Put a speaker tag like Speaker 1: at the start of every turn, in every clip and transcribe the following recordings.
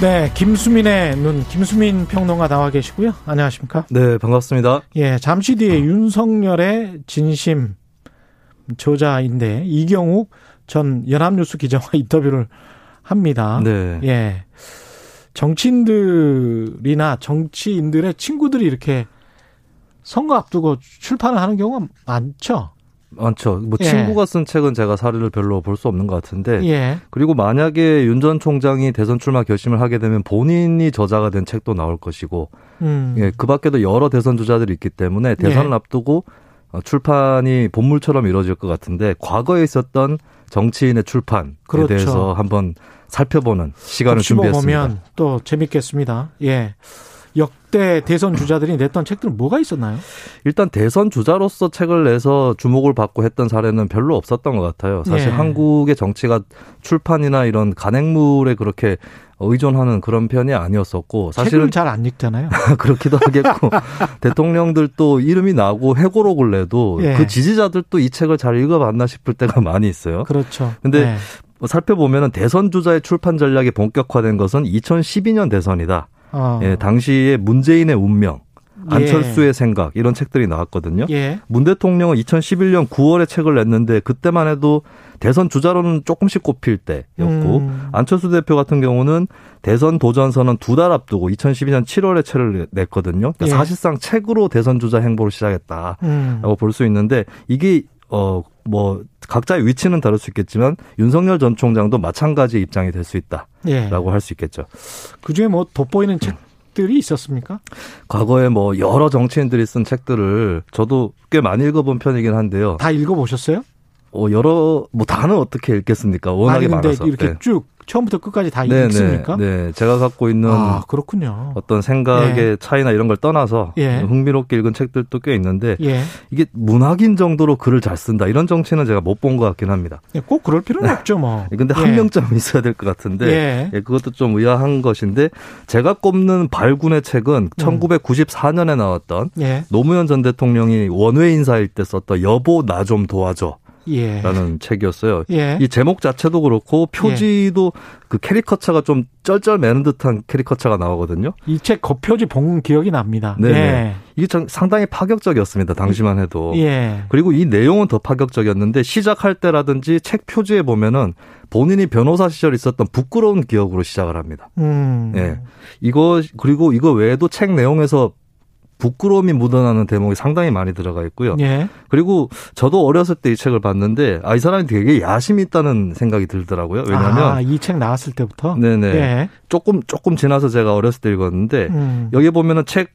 Speaker 1: 네, 김수민의 눈, 김수민 평론가 나와 계시고요. 안녕하십니까?
Speaker 2: 네, 반갑습니다.
Speaker 1: 예, 잠시 뒤에 윤석열의 진심 저자인데 이경욱 전 연합뉴스 기자와 인터뷰를 합니다.
Speaker 2: 네.
Speaker 1: 예. 정치인들이나 정치인들의 친구들이 이렇게 선거 앞두고 출판을 하는 경우가 많죠.
Speaker 2: 많죠. 뭐
Speaker 1: 예.
Speaker 2: 친구가 쓴 책은 제가 사례를 별로 볼 수 없는 것 같은데.
Speaker 1: 예.
Speaker 2: 그리고 만약에 윤 전 총장이 대선 출마 결심을 하게 되면 본인이 저자가 된 책도 나올 것이고,
Speaker 1: 음.
Speaker 2: 예, 그 밖에도 여러 대선 주자들이 있기 때문에 대선을
Speaker 1: 예.
Speaker 2: 앞두고 어, 출판이 본물처럼 이루어질 것 같은데 과거에 있었던 정치인의 출판에
Speaker 1: 그렇죠.
Speaker 2: 대해서 한번 살펴보는 시간을
Speaker 1: 곱씹어
Speaker 2: 준비했습니다.
Speaker 1: 보면 또 재밌겠습니다. 예. 역대 대선 주자들이 냈던 책들은 뭐가 있었나요?
Speaker 2: 일단 대선 주자로서 책을 내서 주목을 받고 했던 사례는 별로 없었던 것 같아요. 사실
Speaker 1: 예.
Speaker 2: 한국의 정치가 출판이나 이런 간행물에 그렇게 의존하는 그런 편이 아니었었고
Speaker 1: 책을
Speaker 2: 사실은
Speaker 1: 잘 안 읽잖아요.
Speaker 2: 그렇기도 하겠고 대통령들도 이름이 나고 회고록을 내도
Speaker 1: 예.
Speaker 2: 그 지지자들도 이 책을 잘 읽어봤나 싶을 때가 많이 있어요.
Speaker 1: 그렇죠.
Speaker 2: 근데
Speaker 1: 네.
Speaker 2: 뭐 살펴보면 은 대선 주자의 출판 전략이 본격화된 것은 2012년 대선이다.
Speaker 1: 어.
Speaker 2: 예, 당시에 문재인의 운명,
Speaker 1: 예.
Speaker 2: 안철수의 생각 이런 책들이 나왔거든요.
Speaker 1: 예.
Speaker 2: 문 대통령은 2011년 9월에 책을 냈는데 그때만 해도 대선 주자로는 조금씩 꼽힐 때였고
Speaker 1: 음.
Speaker 2: 안철수 대표 같은 경우는 대선 도전선언 두 달 앞두고 2012년 7월에 책을 냈거든요. 그러니까
Speaker 1: 예.
Speaker 2: 사실상 책으로 대선 주자 행보를 시작했다.
Speaker 1: 음.
Speaker 2: 라고 볼 수 있는데 이게 어 뭐 각자의 위치는 다를 수 있겠지만 윤석열 전 총장도 마찬가지 입장이 될 수 있다라고 음.
Speaker 1: 예.
Speaker 2: 할 수 있겠죠.
Speaker 1: 그 중에 뭐 돋보이는 책들이 있었습니까?
Speaker 2: 과거에 뭐 여러 정치인들이 쓴 책들을 저도 꽤 많이 읽어본 편이긴 한데요.
Speaker 1: 다 읽어보셨어요?
Speaker 2: 어 여러 뭐 단어 어떻게 읽겠습니까? 워낙에
Speaker 1: 아니, 근데
Speaker 2: 많아서.
Speaker 1: 이렇게
Speaker 2: 네.
Speaker 1: 쭉 처음부터 끝까지 다
Speaker 2: 네,
Speaker 1: 읽습니까?
Speaker 2: 네, 네. 제가 갖고 있는
Speaker 1: 아, 그렇군요.
Speaker 2: 어떤 생각의
Speaker 1: 예.
Speaker 2: 차이나 이런 걸 떠나서
Speaker 1: 예.
Speaker 2: 흥미롭게 읽은 책들도 꽤 있는데
Speaker 1: 예.
Speaker 2: 이게 문학인 정도로 글을 잘 쓴다 이런 정치는 제가 못 본 것 같긴 합니다.
Speaker 1: 예, 꼭 그럴 필요는 없죠, 뭐.
Speaker 2: 네. 근데
Speaker 1: 예.
Speaker 2: 한명점이 있어야 될 것 같은데
Speaker 1: 예.
Speaker 2: 예, 그것도 좀 의아한 것인데 제가 꼽는 발군의
Speaker 1: 음.
Speaker 2: 책은 1994년에 나왔던
Speaker 1: 예.
Speaker 2: 노무현 전 대통령이 원외 인사일 때 썼던 여보 나 좀 도와줘라는
Speaker 1: 예.
Speaker 2: 책이었어요.
Speaker 1: 예.
Speaker 2: 이 제목 자체도 그렇고 표지도 그 캐리커처가 좀 쩔쩔매는 듯한 캐리커처가 나오거든요.
Speaker 1: 이 책 겉표지 본 기억이 납니다.
Speaker 2: 네. 이게 참 상당히 파격적이었습니다. 당시만 해도.
Speaker 1: 예. 예.
Speaker 2: 그리고 이 내용은 더 파격적이었는데 시작할 때라든지 책 표지에 보면은 본인이 변호사 시절 있었던 부끄러운 기억으로 시작을 합니다.
Speaker 1: 음.
Speaker 2: 예. 이거 그리고 이거 외에도 책 내용에서 부끄러움이 묻어나는 대목이 상당히 많이 들어가 있고요.
Speaker 1: 예.
Speaker 2: 그리고 저도 어렸을 때 이 책을 봤는데 아 이 사람이 되게 야심이 있다는 생각이 들더라고요. 왜냐하면
Speaker 1: 아, 이 책 나왔을 때부터.
Speaker 2: 네네
Speaker 1: 예.
Speaker 2: 조금 조금 지나서 제가 어렸을 때 읽었는데
Speaker 1: 음.
Speaker 2: 여기 에 보면은 책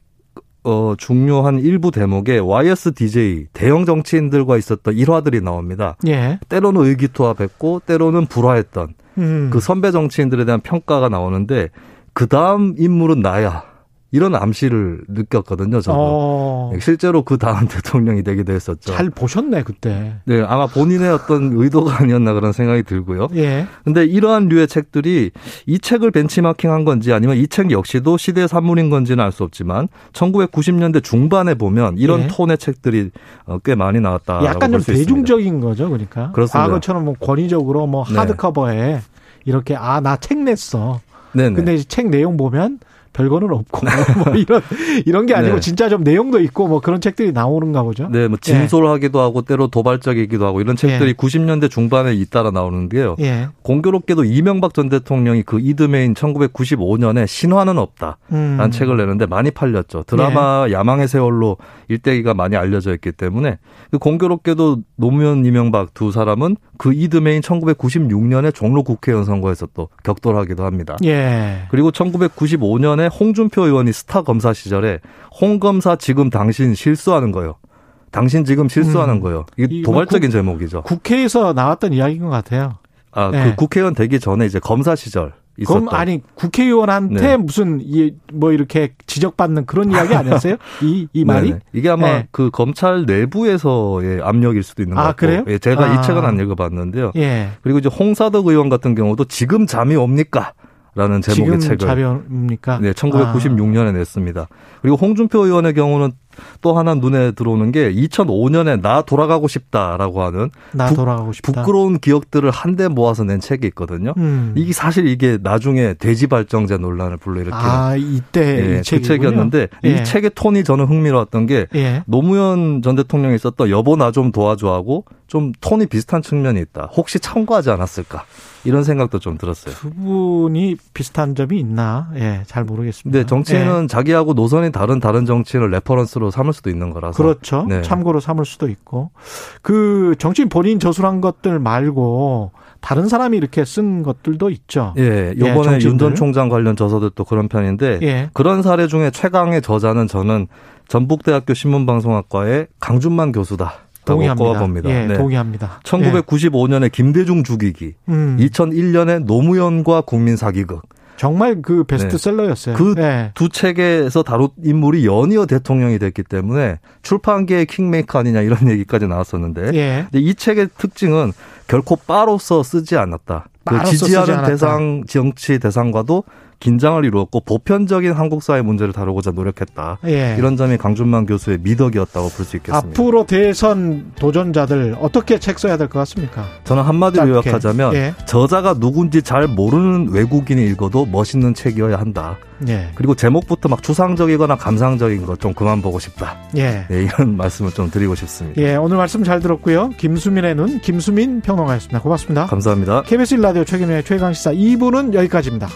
Speaker 2: 어, 중요한 일부 대목에 YSDJ 대형 정치인들과 있었던 일화들이 나옵니다.
Speaker 1: 예.
Speaker 2: 때로는 의기투합했고 때로는 불화했던
Speaker 1: 음.
Speaker 2: 그 선배 정치인들에 대한 평가가 나오는데 그 다음 인물은 나야 이런 암시를 느꼈거든요. 저도
Speaker 1: 어.
Speaker 2: 실제로 그 다음 대통령이 되기도 했었죠.
Speaker 1: 잘 보셨네 그때.
Speaker 2: 네, 아마 본인의 어떤 의도가 아니었나 그런 생각이 들고요.
Speaker 1: 예.
Speaker 2: 근데 이러한 류의 책들이 이 책을 벤치마킹한 건지 아니면 이 책 역시도 시대의 산물인 건지는 알 수 없지만 1990년대 중반에 보면 이런
Speaker 1: 예.
Speaker 2: 톤의 책들이 어, 꽤 많이 나왔다.
Speaker 1: 약간 좀 대중적인 거죠, 그러니까.
Speaker 2: 그렇습니다.
Speaker 1: 과거처럼 뭐 권위적으로 뭐
Speaker 2: 네.
Speaker 1: 하드커버에 이렇게 아 나 책 냈어.
Speaker 2: 네네.
Speaker 1: 근데 이제 책 내용 보면 별거는 없고 뭐 이런 이런 게 아니고
Speaker 2: 네.
Speaker 1: 진짜 좀 내용도 있고 뭐 그런 책들이 나오는가 보죠.
Speaker 2: 네, 뭐 진솔하기도 하고 때로 도발적이기도 하고 이런 책들이
Speaker 1: 예.
Speaker 2: 90년대 중반에 잇따라 나오는데요.
Speaker 1: 예.
Speaker 2: 공교롭게도 이명박 전 대통령이 그 이듬해인 1995년에 신화는 없다.
Speaker 1: 음. 네.
Speaker 2: 라는 책을 내는데 많이 팔렸죠. 드라마 야망의 세월로 일대기가 많이 알려져 있기 때문에 그 공교롭게도 노무현 이명박 두 사람은 그 이듬해인 1996년에 종로 국회의원 선거에서 또 격돌하기도 합니다.
Speaker 1: 예.
Speaker 2: 그리고 1995년에 홍준표 의원이 스타 검사 시절에 홍 검사 지금 당신 실수하는 거요. 당신 지금 실수하는
Speaker 1: 음.
Speaker 2: 거요. 이게
Speaker 1: 이건
Speaker 2: 도발적인 제목이죠.
Speaker 1: 국회에서 나왔던 이야기인 것 같아요.
Speaker 2: 아,
Speaker 1: 네.
Speaker 2: 그 국회의원 되기 전에 이제 검사 시절 있었다.
Speaker 1: 그럼 아니 국회의원한테
Speaker 2: 네.
Speaker 1: 무슨 이 뭐 이렇게 지적받는 그런 이야기 아니었어요? 이 이 말이?
Speaker 2: 네네. 이게 아마
Speaker 1: 네.
Speaker 2: 그 검찰 내부에서의 압력일 수도 있는 것
Speaker 1: 아,
Speaker 2: 같고.
Speaker 1: 그래요?
Speaker 2: 예, 제가
Speaker 1: 아.
Speaker 2: 이 책은 안 읽어봤는데요.
Speaker 1: 예.
Speaker 2: 그리고 이제 홍사덕 의원 같은 경우도 지금 잠이 옵니까? 라는 제목의
Speaker 1: 지금 아.
Speaker 2: 책을
Speaker 1: 자료입니까?
Speaker 2: 네, 1996년에 냈습니다. 그리고 홍준표 의원의 경우는 또 하나 눈에 들어오는 게 2005년에 나 돌아가고 싶다라고 하는
Speaker 1: 아, 나
Speaker 2: 부-
Speaker 1: 돌아가고 싶다.
Speaker 2: 부끄러운 기억들을 한데 모아서 낸 책이 있거든요.
Speaker 1: 음.
Speaker 2: 이게 사실 이게 나중에 돼지 발정제 논란을 불러일으키는
Speaker 1: 아 이때
Speaker 2: 예,
Speaker 1: 이 책이군요.
Speaker 2: 그 책이었는데
Speaker 1: 예.
Speaker 2: 이 책의 톤이 저는 흥미로웠던 게
Speaker 1: 예.
Speaker 2: 노무현 전 대통령이 썼던 여보 나 좀 도와줘하고 좀 톤이 비슷한 측면이 있다. 혹시 참고하지 않았을까 이런 생각도 좀 들었어요.
Speaker 1: 두 분이 비슷한 점이 있나? 예, 잘 모르겠습니다. 예.
Speaker 2: 근데 네,
Speaker 1: 네.
Speaker 2: 정치인은 자기하고 노선이 다른 다른 정치인을 레퍼런스로 삼을 수도 있는
Speaker 1: 예,
Speaker 2: 거라서
Speaker 1: 그렇죠.
Speaker 2: 네.
Speaker 1: 참고로 삼을 수도 있고 그 정치인 본인 저술한 것들 말고 다른 사람이 이렇게 쓴 것들도 있죠.
Speaker 2: 예,
Speaker 1: 예,
Speaker 2: 요번에 윤
Speaker 1: 정치인들.
Speaker 2: 전 총장 관련 저서들도 그런 편인데
Speaker 1: 예.
Speaker 2: 그런 사례 중에 최강의 저자는 저는 전북대학교 신문방송학과의 강준만 교수다.
Speaker 1: 동의합니다.
Speaker 2: 꼽아봅니다.
Speaker 1: 예,
Speaker 2: 네.
Speaker 1: 동의합니다.
Speaker 2: 1995년에 김대중 죽이기,
Speaker 1: 예. 음,
Speaker 2: 2001년에 노무현과 국민 사기극
Speaker 1: 정말 그 베스트셀러였어요.
Speaker 2: 그-
Speaker 1: 예.
Speaker 2: 두 책에서 다룬 인물이 연이어 대통령이 됐기 때문에 출판계의 킹메이커 아니냐 이런 얘기까지 나왔었는데
Speaker 1: 예.
Speaker 2: 근데 이 책의 특징은 결코 빠로서 쓰지 않았다. 그
Speaker 1: 빠로써 쓰지
Speaker 2: 지지하는
Speaker 1: 않았다.
Speaker 2: 대상 정치 대상과도 긴장을 이루었고 보편적인 한국 사회 문제를 다루고자 노력했다.
Speaker 1: 예.
Speaker 2: 이런 점이 강준만 교수의 미덕이었다고 볼 수 있겠습니다.
Speaker 1: 앞으로 대선 도전자들 어떻게 책 써야 될 것 같습니까?
Speaker 2: 저는 한마디로
Speaker 1: 짧게.
Speaker 2: 요약하자면
Speaker 1: 예.
Speaker 2: 저자가 누군지 잘 모르는 외국인이 읽어도 멋있는 책이어야 한다.
Speaker 1: 예.
Speaker 2: 그리고 제목부터 막 추상적이거나 감상적인 것 좀 그만 보고 싶다.
Speaker 1: 예.
Speaker 2: 네, 이런 말씀을 좀 드리고 싶습니다.
Speaker 1: 예, 오늘 말씀 잘 들었고요. 김수민의 눈, 김수민 평론가였습니다. 고맙습니다.
Speaker 2: 감사합니다.
Speaker 1: KBS 1라디오 최경영의 최강시사 2부는 여기까지입니다.